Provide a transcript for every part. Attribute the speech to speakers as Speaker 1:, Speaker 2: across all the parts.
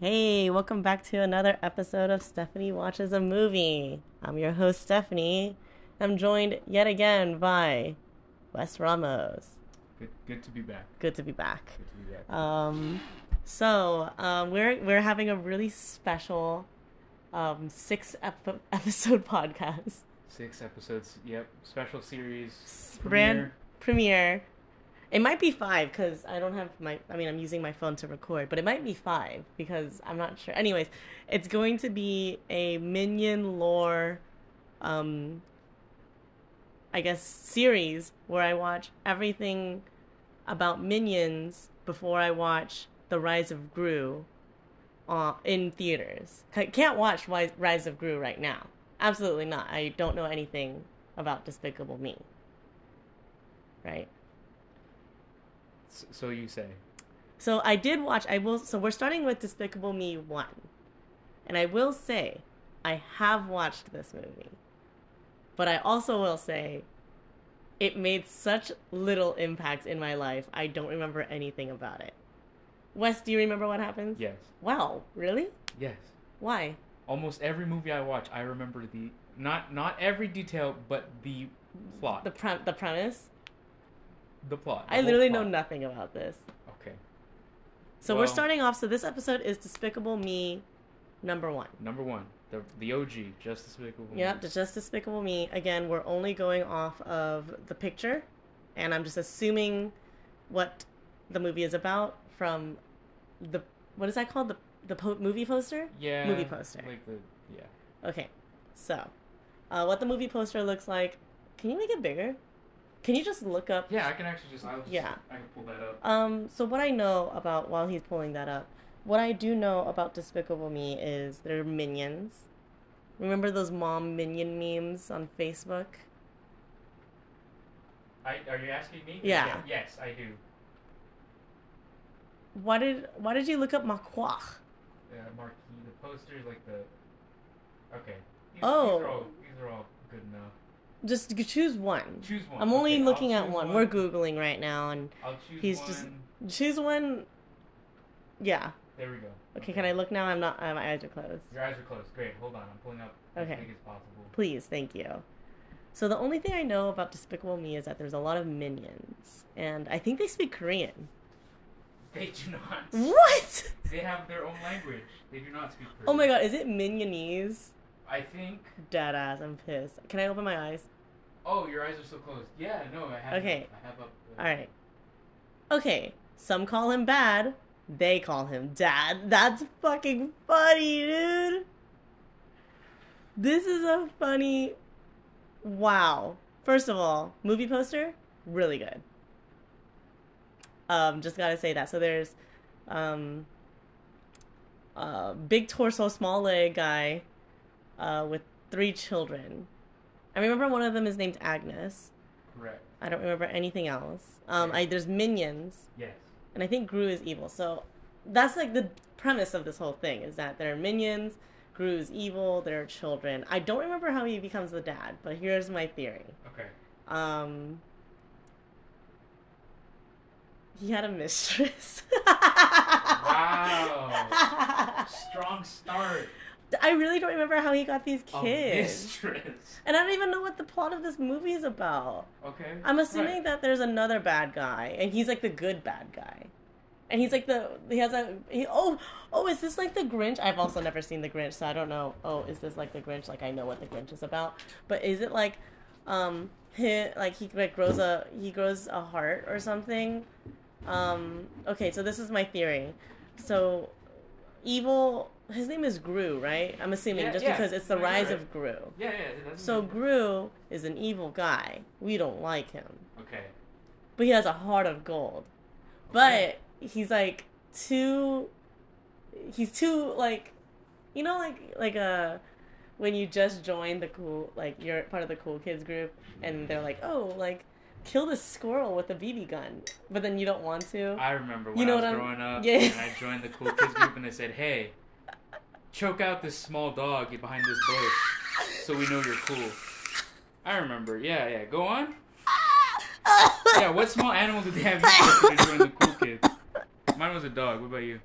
Speaker 1: Hey, welcome back to another episode of Stephanie Watches a Movie. I'm your host, Stephanie. I'm joined yet again by Wes Ramos.
Speaker 2: Good, good to be back.
Speaker 1: Good to be back.
Speaker 2: Good to be back.
Speaker 1: Um, so um, we're we're having a really special um, six ep- episode podcast
Speaker 2: Six episodes. Yep. Special series.
Speaker 1: brand premiere. It might be five because I don't have my. I mean, I'm using my phone to record, but it might be five because I'm not sure. Anyways, it's going to be a minion lore, um, I guess series where I watch everything about minions before I watch the Rise of Gru, uh, in theaters. I can't watch Wi- Rise of Gru right now. Absolutely not. I don't know anything about Despicable Me. Right.
Speaker 2: S- So you say.
Speaker 1: So I did watch. I will. So we're starting with Despicable Me one, and I will say I have watched this movie, but I also will say it made such little impact in my life. I don't remember anything about it. Wes, do you remember what happens?
Speaker 2: Yes.
Speaker 1: Wow. Really?
Speaker 2: Yes.
Speaker 1: Why?
Speaker 2: Almost every movie I watch, I remember the not not every detail, but the plot.
Speaker 1: The
Speaker 2: The,
Speaker 1: pre- the premise.
Speaker 2: plot. the
Speaker 1: I
Speaker 2: whole
Speaker 1: literally know
Speaker 2: plot.
Speaker 1: nothing about this.
Speaker 2: Okay.
Speaker 1: So we're
Speaker 2: Well-
Speaker 1: starting off. So this episode is Despicable Me, number one.
Speaker 2: Number one, the the OG, Justice League. of
Speaker 1: Yep,
Speaker 2: Women.
Speaker 1: it's just Despicable Me. Again, we're only going off of the picture, and I'm just assuming what the movie is about from the what is that called the the po- movie poster?
Speaker 2: Yeah.
Speaker 1: movie poster.
Speaker 2: Like the yeah.
Speaker 1: Okay, so uh, what the movie poster looks like? Can you make it bigger? Can you just look up
Speaker 2: Yeah, I can actually just. I'll just
Speaker 1: Yeah.
Speaker 2: I can pull that up.
Speaker 1: Um, so what I know about while he's pulling that up, what I do know about Despicable Me is they're minions. Remember those mom minion memes on Facebook?
Speaker 2: I, are you asking me?
Speaker 1: Yeah.
Speaker 2: Yes, I do.
Speaker 1: Why did why did you look up Macquach?
Speaker 2: uh, marquee, the posters, like the. Okay. These,
Speaker 1: Oh.
Speaker 2: These are all, these are all good enough.
Speaker 1: Just g- choose one.
Speaker 2: Choose one.
Speaker 1: I'm only
Speaker 2: Okay, I'll
Speaker 1: looking at
Speaker 2: choose
Speaker 1: one. We're googling right now and
Speaker 2: I'll choose
Speaker 1: he's
Speaker 2: one.
Speaker 1: just- choose one. Yeah.
Speaker 2: There we go.
Speaker 1: Okay, can I look now? I'm not. Uh, my eyes are closed.
Speaker 2: Your eyes are closed. Great. Hold on. I'm pulling up
Speaker 1: Okay.
Speaker 2: as big as possible.
Speaker 1: Please, thank you. So the only thing I know about Despicable Me is that there's a lot of minions, and I think they speak Korean.
Speaker 2: They do not.
Speaker 1: What?
Speaker 2: they have their own language. They do not speak Korean.
Speaker 1: Oh my god, is it Minionese?
Speaker 2: I think.
Speaker 1: Dead ass, I'm pissed. Can I open my eyes?
Speaker 2: Oh, your eyes are still closed. Yeah, no, I have.
Speaker 1: Okay.
Speaker 2: I have up. the-
Speaker 1: Alright. Okay, some call him bad, they call him dad. That's fucking funny, dude. This is a funny. Wow. First of all, movie poster, really good. Um, just gotta say that. So there's um, a big torso, small leg guy uh, with three children. I remember one of them is named Agnes.
Speaker 2: Correct.
Speaker 1: I don't remember anything else. Um, I there's minions,
Speaker 2: Yes.
Speaker 1: and I think Gru is evil. So that's like the premise of this whole thing is that there are minions, Gru is evil, there are children. I don't remember how he becomes the dad, but here's my theory.
Speaker 2: Okay.
Speaker 1: Um, he had a mistress.
Speaker 2: Wow. Strong start.
Speaker 1: I really don't remember how he got these
Speaker 2: A
Speaker 1: kids.
Speaker 2: mistress.
Speaker 1: And I don't even know what the plot of this movie is about.
Speaker 2: Okay.
Speaker 1: I'm
Speaker 2: right.
Speaker 1: assuming that there's another bad guy, and he's like the good bad guy, and he's like the he has a he, oh oh is this like the Grinch? I've also never seen the Grinch, so I don't know. Oh, is this like the Grinch? Like I know what the Grinch is about, but is it like um he like he like grows a he grows a heart or something? Um okay, so this is my theory. So evil, his name is Gru, right? I'm assuming
Speaker 2: Yeah,
Speaker 1: just
Speaker 2: yeah.
Speaker 1: because it's the
Speaker 2: No, you're
Speaker 1: rise
Speaker 2: right. Mm-hmm.
Speaker 1: of Gru.
Speaker 2: Yeah, yeah. it doesn't
Speaker 1: So
Speaker 2: make-
Speaker 1: Gru is an evil guy. We don't like him
Speaker 2: Okay.
Speaker 1: but he has a heart of gold.
Speaker 2: Okay.
Speaker 1: But he's like too. He's too like, you know, like like a when you just join the cool like you're part of the cool kids group and they're like oh like kill this squirrel with a BB gun, but then you don't want to.
Speaker 2: I remember when
Speaker 1: You know
Speaker 2: I was
Speaker 1: what I'm-
Speaker 2: growing up
Speaker 1: Yeah.
Speaker 2: and I joined the cool kids group and I said, "Hey, choke out this small dog behind this bush so we know you're cool." I remember. Yeah, yeah. Go on. Yeah. What small animal did they have you choke when you joined the cool kids? Mine was a dog. What about you?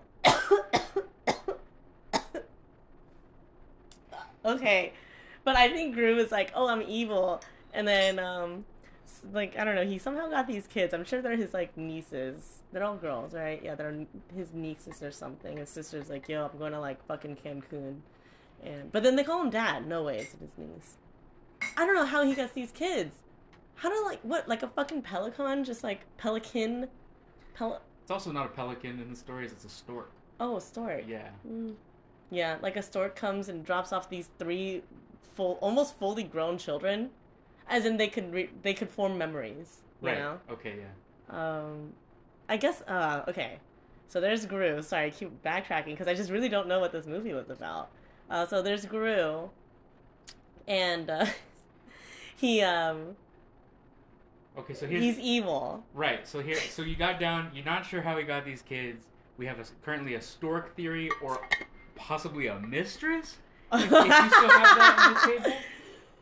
Speaker 1: okay. But I think Gru is like, oh, I'm evil, and then um, s- like I don't know, he somehow got these kids. I'm sure they're his like nieces. They're all girls, right? Yeah, they're n- his nieces or something. His sister's like, yo, I'm going to like fucking Cancun, and but then they call him dad. No way, it's his niece. I don't know how he gets these kids. How do like what like a fucking pelican just like pelican, pel
Speaker 2: It's also not a pelican in the stories, it's a stork.
Speaker 1: oh a stork.
Speaker 2: Yeah.
Speaker 1: Mm. Yeah, like a stork comes and drops off these three full, almost fully grown children, as in they could re- they could form memories. You
Speaker 2: Right.
Speaker 1: know.
Speaker 2: Okay, yeah.
Speaker 1: Um, I guess. Uh, okay. So there's Gru. Sorry, I keep backtracking because I just really don't know what this movie was about. Uh, so there's Gru, and uh, he um
Speaker 2: Okay, so here's
Speaker 1: he's evil.
Speaker 2: right. So here, so you got down. You're not sure how he got these kids. We have a, currently a stork theory, or possibly a mistress. If- if you still have that on the table?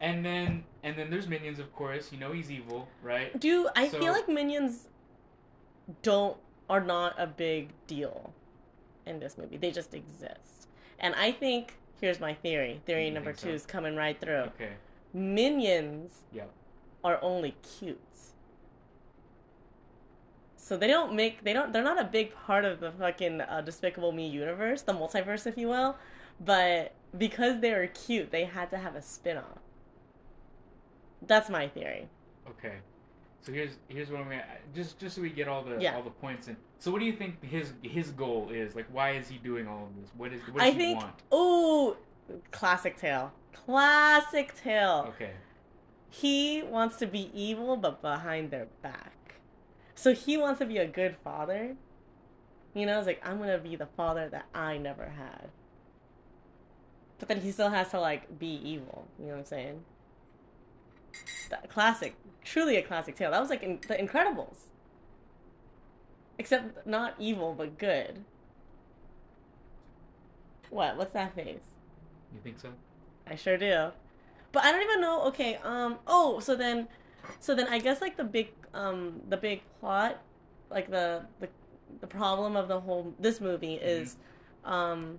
Speaker 2: And then, and then there's minions, of course. You know he's evil, right?
Speaker 1: Do I
Speaker 2: So-
Speaker 1: feel like minions don't are not a big deal in this movie. They just exist. And I think here's my theory. Theory
Speaker 2: You
Speaker 1: number
Speaker 2: think
Speaker 1: two
Speaker 2: so?
Speaker 1: is coming right through.
Speaker 2: Okay.
Speaker 1: Minions
Speaker 2: Yep.
Speaker 1: are only cute. So they don't make they don't they're not a big part of the fucking uh, Despicable Me universe, the multiverse if you will, but because they were cute, they had to have a spin-off. That's my theory.
Speaker 2: Okay. So here's here's what I'm gonna just just so we get all the
Speaker 1: Yeah.
Speaker 2: all the points in. So what do you think his his goal is? Like, why is he doing all of this? What is what does
Speaker 1: I
Speaker 2: he
Speaker 1: think-
Speaker 2: want?
Speaker 1: Oh, classic tale. Classic tale.
Speaker 2: Okay.
Speaker 1: He wants to be evil, but behind their back. So he wants to be a good father. You know, it's like, I'm going to be the father that I never had. But then he still has to, like, be evil. You know what I'm saying? That classic. Truly a classic tale. That was like in The Incredibles. Except not evil, but good. What? What's that face?
Speaker 2: You think so?
Speaker 1: I sure do. But I don't even know. Okay. Um. Oh. So then, so then I guess like the big um the big plot, like the the the problem of the whole this movie is, um,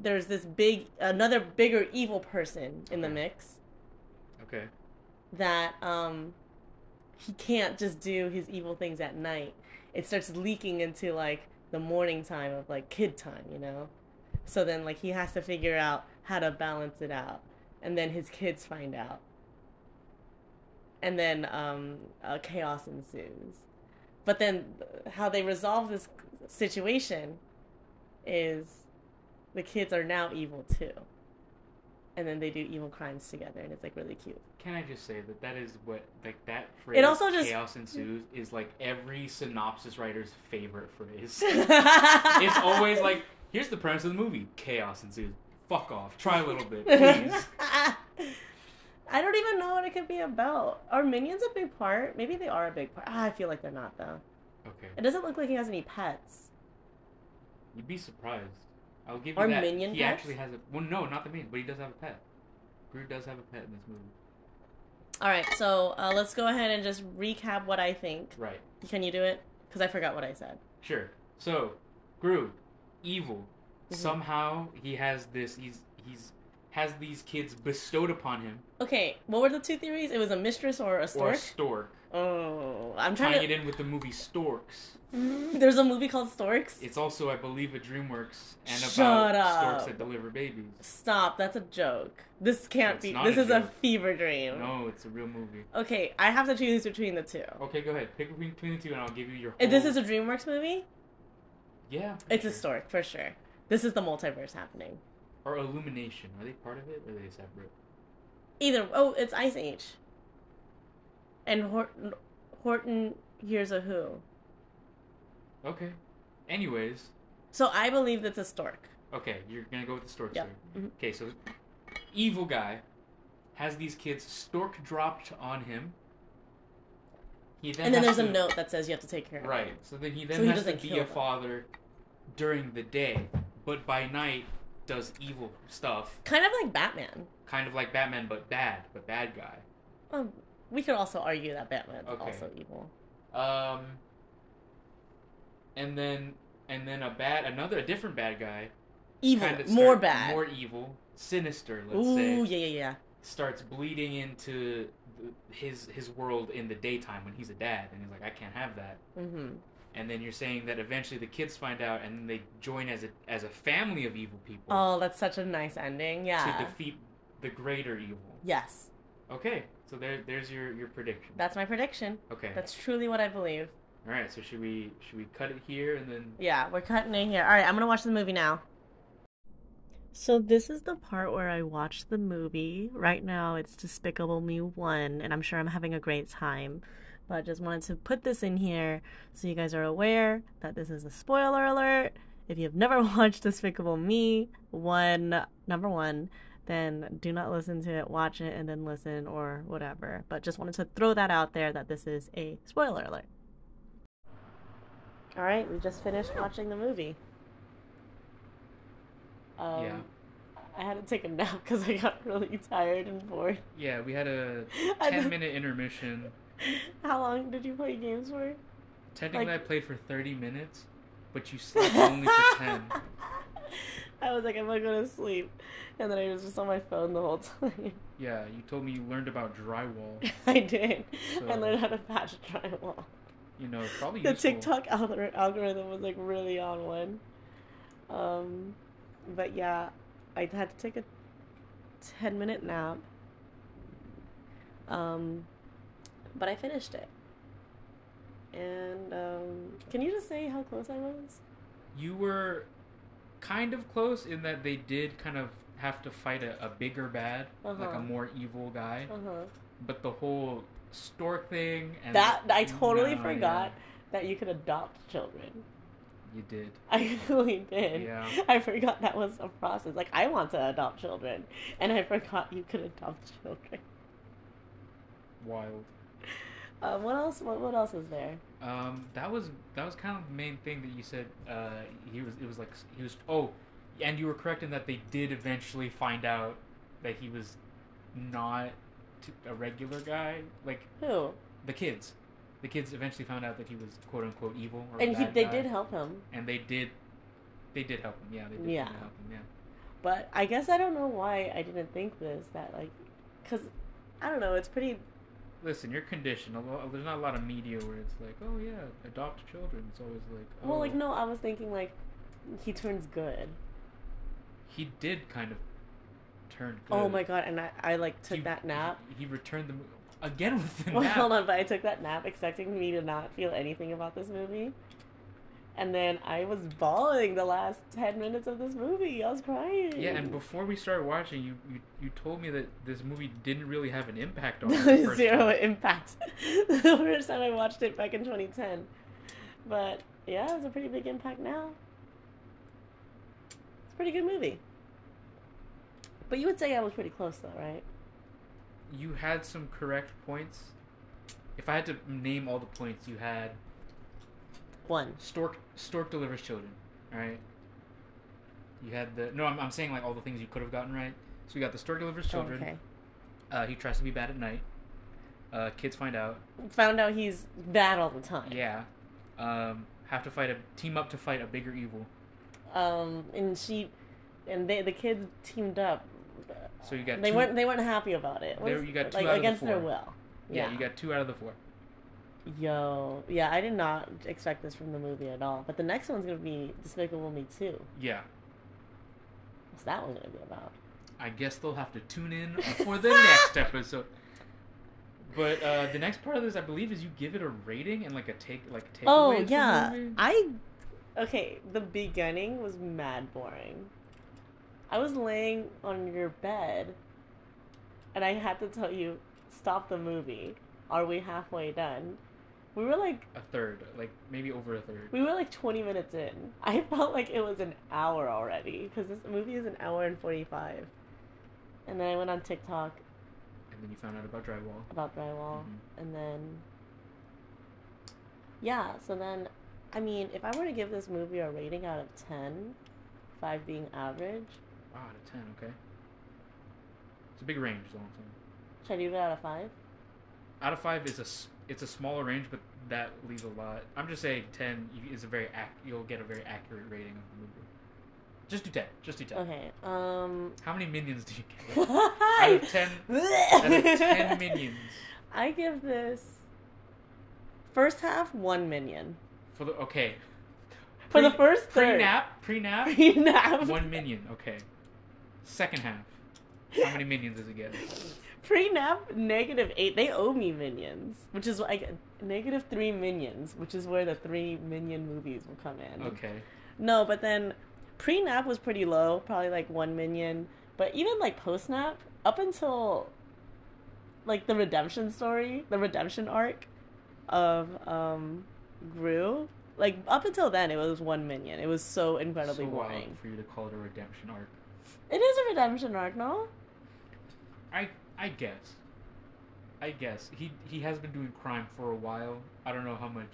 Speaker 1: there's this big another bigger evil person in the
Speaker 2: Okay.
Speaker 1: mix
Speaker 2: Okay.
Speaker 1: that um he can't just do his evil things at night. It starts leaking into like the morning time of like kid time, you know? So then like he has to figure out how to balance it out. And then his kids find out. And then um uh, chaos ensues. But then uh, how they resolve this situation is the kids are now evil too. And then they do evil crimes together and it's like really cute.
Speaker 2: Can I just say that that is what like that phrase?
Speaker 1: also just-
Speaker 2: chaos ensues is like every synopsis writer's favorite phrase. it's always like here's the premise of the movie: chaos ensues. Fuck off. Try a little bit, please.
Speaker 1: I don't even know what it could be about. Are minions a big part? Maybe they are a big part. Ah, I feel like they're not though.
Speaker 2: okay.
Speaker 1: It doesn't look like he has any pets.
Speaker 2: You'd be surprised. I'll give you
Speaker 1: Are
Speaker 2: that.
Speaker 1: minion
Speaker 2: he
Speaker 1: pets?
Speaker 2: actually has a well, no, not the minion, but he does have a pet. Groot does have a pet in this movie.
Speaker 1: All right, so uh, let's go ahead and just recap what I think.
Speaker 2: Right.
Speaker 1: Can you do it? Because I forgot what I said.
Speaker 2: Sure. So, Groot, evil.
Speaker 1: Mhm.
Speaker 2: Somehow he has this. He's he's has these kids bestowed upon him,
Speaker 1: Okay, what were the two theories? It was a mistress or a
Speaker 2: or
Speaker 1: stork.
Speaker 2: a stork.
Speaker 1: oh, I'm
Speaker 2: Tying
Speaker 1: trying
Speaker 2: it in with the movie Storks.
Speaker 1: to. There's a movie called Storks.
Speaker 2: It's also, I believe, a DreamWorks and
Speaker 1: Shut
Speaker 2: about
Speaker 1: up.
Speaker 2: storks that deliver babies.
Speaker 1: Stop. That's a joke. This can't
Speaker 2: It's
Speaker 1: be.
Speaker 2: not
Speaker 1: This
Speaker 2: a
Speaker 1: is a
Speaker 2: joke.
Speaker 1: fever dream.
Speaker 2: No, it's a real movie.
Speaker 1: Okay, I have to choose between the two.
Speaker 2: Okay, go ahead. Pick between between the two, and I'll give you your. Whole...
Speaker 1: If This is a DreamWorks movie.
Speaker 2: yeah. I'm pretty
Speaker 1: It's a
Speaker 2: sure.
Speaker 1: stork for sure. This is the multiverse happening.
Speaker 2: Or Illumination. Are they part of it? Or are they separate?
Speaker 1: Either oh, it's Ice Age. And Horton, Horton hears a who.
Speaker 2: Okay. Anyways,
Speaker 1: So I believe that's a stork.
Speaker 2: okay, you're gonna go with the stork
Speaker 1: Yep.
Speaker 2: story.
Speaker 1: Mhm.
Speaker 2: Okay, so evil guy has these kids stork dropped on him. He then
Speaker 1: and then
Speaker 2: has
Speaker 1: there's a
Speaker 2: to-
Speaker 1: note that says you have to take care of.
Speaker 2: Right.
Speaker 1: it.
Speaker 2: So then he then
Speaker 1: So he
Speaker 2: has to
Speaker 1: doesn't
Speaker 2: be
Speaker 1: kill
Speaker 2: a
Speaker 1: them.
Speaker 2: father during the day, but by night does evil stuff,
Speaker 1: Kind of like Batman.
Speaker 2: kind of like Batman, but bad, but bad guy.
Speaker 1: Um, we could also argue that Batman's
Speaker 2: Okay.
Speaker 1: also evil.
Speaker 2: Um, and then and then a bad another a different bad guy
Speaker 1: evil,
Speaker 2: kind of
Speaker 1: more
Speaker 2: start-
Speaker 1: bad.
Speaker 2: more evil, sinister. Let's
Speaker 1: Ooh,
Speaker 2: say
Speaker 1: yeah, yeah, yeah.
Speaker 2: starts bleeding into th- his his world in the daytime when he's a dad, and he's like, I can't have that.
Speaker 1: Mm-hmm.
Speaker 2: And then you're saying that eventually the kids find out, and then they join as a as a family of evil people
Speaker 1: Oh, that's such a nice ending. Yeah.
Speaker 2: to defeat the greater evil.
Speaker 1: yes,
Speaker 2: Okay, so there there's your your prediction.
Speaker 1: that's my prediction.
Speaker 2: okay.
Speaker 1: That's truly what I believe.
Speaker 2: All right. So should we should we cut it here and then?
Speaker 1: Yeah, we're cutting it here. All right, I'm gonna watch the movie now. So this is the part where I watch the movie. Right now, it's Despicable Me One, and I'm sure I'm having a great time. But I just wanted to put this in here so you guys are aware that this is a spoiler alert. If you've never watched Despicable Me One, number one, then do not listen to it. Watch it and then listen, or whatever. But just wanted to throw that out there that this is a spoiler alert. All right, we just finished watching the movie. Um,
Speaker 2: Yeah.
Speaker 1: I had to take a nap because I got really tired and bored.
Speaker 2: Yeah, we had a
Speaker 1: I
Speaker 2: ten
Speaker 1: don't-
Speaker 2: minute intermission.
Speaker 1: How long did you play games for?
Speaker 2: Technically,
Speaker 1: Like-
Speaker 2: I played for thirty minutes, but you slept only for ten.
Speaker 1: I was like, I'm gonna go to sleep, and then I was just on my phone the whole time.
Speaker 2: Yeah, you told me you learned about drywall.
Speaker 1: I did. I
Speaker 2: So-
Speaker 1: learned how to patch drywall.
Speaker 2: You know, it's probably
Speaker 1: The
Speaker 2: useful.
Speaker 1: TikTok algor- algorithm was like really on one. Um, but yeah, I had to take a ten minute nap. Um, but I finished it. And um, can you just say how close I was?
Speaker 2: You were kind of close in that they did kind of have to fight a, a bigger bad, like
Speaker 1: Uh-huh.
Speaker 2: a more evil guy.
Speaker 1: Uh huh.
Speaker 2: But the whole stork thing and
Speaker 1: That I totally
Speaker 2: No, yeah,
Speaker 1: forgot that you could adopt children.
Speaker 2: you did.
Speaker 1: I really did.
Speaker 2: Yeah.
Speaker 1: I forgot that was a process. Like I want to adopt children, and I forgot you could adopt children.
Speaker 2: Wild.
Speaker 1: Um, what else? What, what else is there?
Speaker 2: Um, that was that was kind of the main thing that you said. Uh, he was it was like he was oh, and you were correct in that they did eventually find out that he was not t- a regular guy. Like
Speaker 1: Who?
Speaker 2: the kids, the kids eventually found out that he was quote unquote evil. Or a
Speaker 1: And he,
Speaker 2: bad
Speaker 1: they
Speaker 2: guy.
Speaker 1: did help him,
Speaker 2: and they did, they did help him. Yeah, they did
Speaker 1: Yeah.
Speaker 2: kinda help him. Yeah.
Speaker 1: but I guess I don't know why I didn't think this. That like, cause I don't know. It's pretty.
Speaker 2: Listen, you're conditioned. A lo- There's not a lot of media where it's like, oh yeah, adopt children. It's always like, oh,
Speaker 1: Well, like no, I was thinking like he turns good.
Speaker 2: he did kind of turn good.
Speaker 1: Oh my god! And I, I like took
Speaker 2: He-
Speaker 1: that nap.
Speaker 2: He, he returned the mo- again with the
Speaker 1: Well,
Speaker 2: nap.
Speaker 1: hold on, but I took that nap expecting me to not feel anything about this movie. And then I was bawling the last 10 minutes of this movie. I was crying.
Speaker 2: Yeah, and before we started watching, you, you you told me that this movie didn't really have an impact on you. the first
Speaker 1: Zero
Speaker 2: time.
Speaker 1: impact. the first time I watched it back in 2010. But yeah, it's a pretty big impact now. It's a pretty good movie. But you would say I was pretty close though, right?
Speaker 2: You had some correct points. If I had to name all the points, you had
Speaker 1: One.
Speaker 2: stork stork delivers children. All right. You had the no. I'm, I'm saying like all the things you could have gotten right. So we got the stork delivers children.
Speaker 1: Oh, Okay.
Speaker 2: Uh, he tries to be bad at night. Uh, kids find out.
Speaker 1: Found out he's bad all the time.
Speaker 2: Yeah. Um, have to fight a team up to fight a bigger evil.
Speaker 1: um, and she and they the kids teamed up.
Speaker 2: So you got
Speaker 1: they
Speaker 2: two-
Speaker 1: weren't they weren't happy about it.
Speaker 2: There-
Speaker 1: Was-
Speaker 2: you got two
Speaker 1: like
Speaker 2: out of the
Speaker 1: against their
Speaker 2: four.
Speaker 1: will.
Speaker 2: Yeah,
Speaker 1: Yeah.
Speaker 2: you got two out of the four.
Speaker 1: Yo, yeah, I did not expect this from the movie at all. But the next one's gonna be Despicable Me Two.
Speaker 2: Yeah.
Speaker 1: What's that one gonna be about?
Speaker 2: I guess they'll have to tune in for the next episode. But uh, the next part of this, I believe, is you give it a rating and like a take, like take.
Speaker 1: oh yeah, I okay. The beginning was mad boring. I was laying on your bed, and I had to tell you, stop the movie. Are we halfway done? We were like
Speaker 2: a third, like maybe over a third.
Speaker 1: We were like 20 minutes in. I felt like it was an hour already because this movie is an hour and 45. And then I went on TikTok
Speaker 2: And then you found out about drywall.
Speaker 1: about drywall.
Speaker 2: Mhm.
Speaker 1: And then, yeah, so then, I mean, if I were to give this movie a rating out of 10, 5 being average,
Speaker 2: Wow, out of ten, okay. It's a big range, is all I'm saying.
Speaker 1: should I do it out of 5?
Speaker 2: Out of five is a s- it's a smaller range, but that leaves a lot. I'm just saying ten you- is a very ac- you'll get a very accurate rating of the movie. Just do 10. Just do 10.
Speaker 1: Okay. Um.
Speaker 2: How many minions do you get? out
Speaker 1: Five.
Speaker 2: of 10, out of 10 minions.
Speaker 1: I give this first half one minion
Speaker 2: For the, okay.
Speaker 1: for the
Speaker 2: Pre-
Speaker 1: first third.
Speaker 2: Pre-nap, pre-nap,
Speaker 1: Pre-nap.
Speaker 2: one minion. Okay. Second half, how many minions does it get?
Speaker 1: Pre-nap negative eight. They owe me minions, which is like negative three minions, which is where the three minion movies will come in.
Speaker 2: Okay.
Speaker 1: No, but then pre-nap was pretty low, probably like one minion. But even like post-nap, up until like the redemption story, the redemption arc of um Gru, like up until then it was one minion. It was so incredibly
Speaker 2: so wild
Speaker 1: boring.
Speaker 2: for you to call it a redemption arc.
Speaker 1: It is a redemption arc, no?
Speaker 2: I I guess. I guess he he has been doing crime for a while. I don't know how much.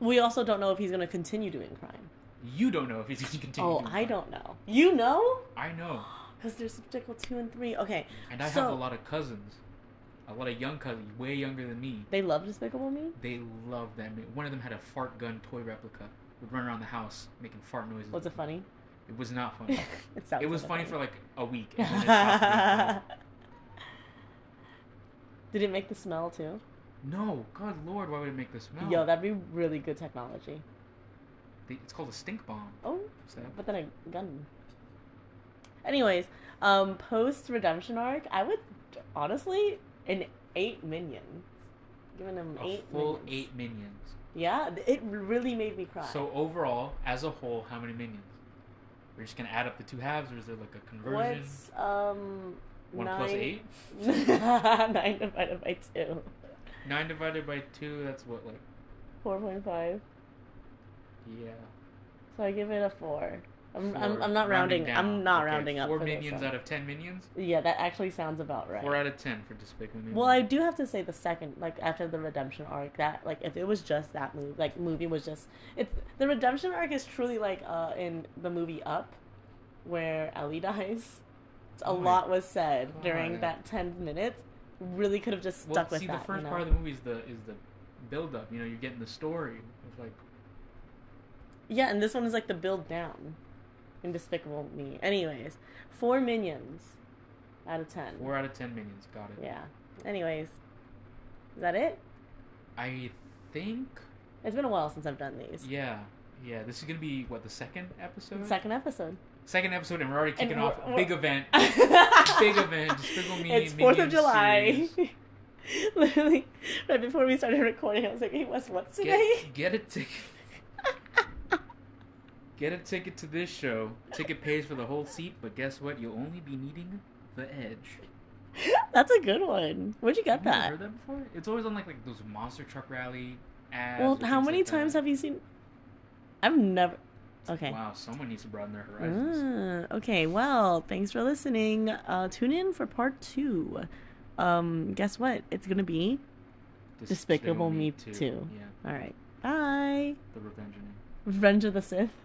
Speaker 1: We also don't know if he's gonna continue doing crime.
Speaker 2: You don't know if he's going to continue.
Speaker 1: oh,
Speaker 2: doing
Speaker 1: I
Speaker 2: crime.
Speaker 1: don't know. You know?
Speaker 2: I know,
Speaker 1: Because there's Subtitle two and three. Okay,
Speaker 2: and I have
Speaker 1: So-
Speaker 2: a lot of cousins, a lot of young cousins, way younger than me.
Speaker 1: they love Despicable Me.
Speaker 2: They love that. ma- One of them had a fart gun toy replica. Would run around the house making fart noises.
Speaker 1: Was it funny?
Speaker 2: It was not funny.
Speaker 1: it sounds.
Speaker 2: it was
Speaker 1: kinda
Speaker 2: funny for like a week. And then it stopped being funny.
Speaker 1: Did it make the smell too?
Speaker 2: no, God Lord, why would it make this smell?
Speaker 1: Yo, that'd be really good technology.
Speaker 2: They- it's called a stink bomb.
Speaker 1: Oh,
Speaker 2: So
Speaker 1: but then a gun. Anyways, um, post redemption arc, I would honestly an eight minions, giving him
Speaker 2: a
Speaker 1: eight.
Speaker 2: full
Speaker 1: minions.
Speaker 2: eight minions.
Speaker 1: Yeah, th- it really made me cry.
Speaker 2: So overall, as a whole, how many minions? We're just gonna add up the two halves, or is there like a conversion?
Speaker 1: what's um
Speaker 2: One
Speaker 1: nine...
Speaker 2: plus eight?
Speaker 1: nine divided by two,
Speaker 2: Nine divided by two, that's what like
Speaker 1: four point five.
Speaker 2: yeah.
Speaker 1: So I give it a four. I'm, i I'm,
Speaker 2: Four.
Speaker 1: I'm not rounding.
Speaker 2: down.
Speaker 1: I'm not
Speaker 2: Okay,
Speaker 1: rounding up.
Speaker 2: Four
Speaker 1: for this
Speaker 2: minions
Speaker 1: one.
Speaker 2: out of ten minions.
Speaker 1: Yeah, that actually sounds about right.
Speaker 2: Four out of ten for Despicable Me.
Speaker 1: well,
Speaker 2: One.
Speaker 1: I do have to say the second, like after the redemption arc, that like if it was just that movie, like movie was just it's the redemption arc is truly like uh in the movie Up, where Ellie dies. A
Speaker 2: Oh my
Speaker 1: lot was said during
Speaker 2: God.
Speaker 1: that ten minutes. Really could have just
Speaker 2: Well,
Speaker 1: stuck with
Speaker 2: see,
Speaker 1: that.
Speaker 2: the first
Speaker 1: you know?
Speaker 2: part of the movie is the is the build up. You know, you're getting the story. It's like
Speaker 1: Yeah, and this one is like the build down in Despicable Me. Anyways, four minions out of ten.
Speaker 2: four out of ten minions. Got it.
Speaker 1: Yeah. Anyways, is that it?
Speaker 2: I think.
Speaker 1: It's been a while since I've done these.
Speaker 2: Yeah. Yeah. This is gonna be what the second episode.
Speaker 1: Second episode.
Speaker 2: Second episode, and we're already kicking
Speaker 1: we're-
Speaker 2: off a
Speaker 1: we're-
Speaker 2: big event.
Speaker 1: Big
Speaker 2: event, Despicable Me
Speaker 1: It's Fourth of
Speaker 2: Minions
Speaker 1: July. Literally, right before we started recording, I was like, "Hey, what's what's today?"
Speaker 2: Get, get a ticket. Get a ticket to this show. Ticket pays for the whole seat, but guess what? You'll only be needing the edge.
Speaker 1: That's a good one. Where'd you get
Speaker 2: Have you
Speaker 1: that?
Speaker 2: heard that before? It's always on like like those monster truck rally ads.
Speaker 1: Well, how many times have you seen? I've never. Okay.
Speaker 2: Wow, someone needs to broaden their horizons.
Speaker 1: Ah, okay, well, thanks for listening. Uh, tune in for part two. Um, guess what? It's gonna be
Speaker 2: Dis-
Speaker 1: Despicable Me
Speaker 2: too.
Speaker 1: Two.
Speaker 2: Yeah,
Speaker 1: all right. Bye,
Speaker 2: the revenge in it.
Speaker 1: Revenge of the Sith.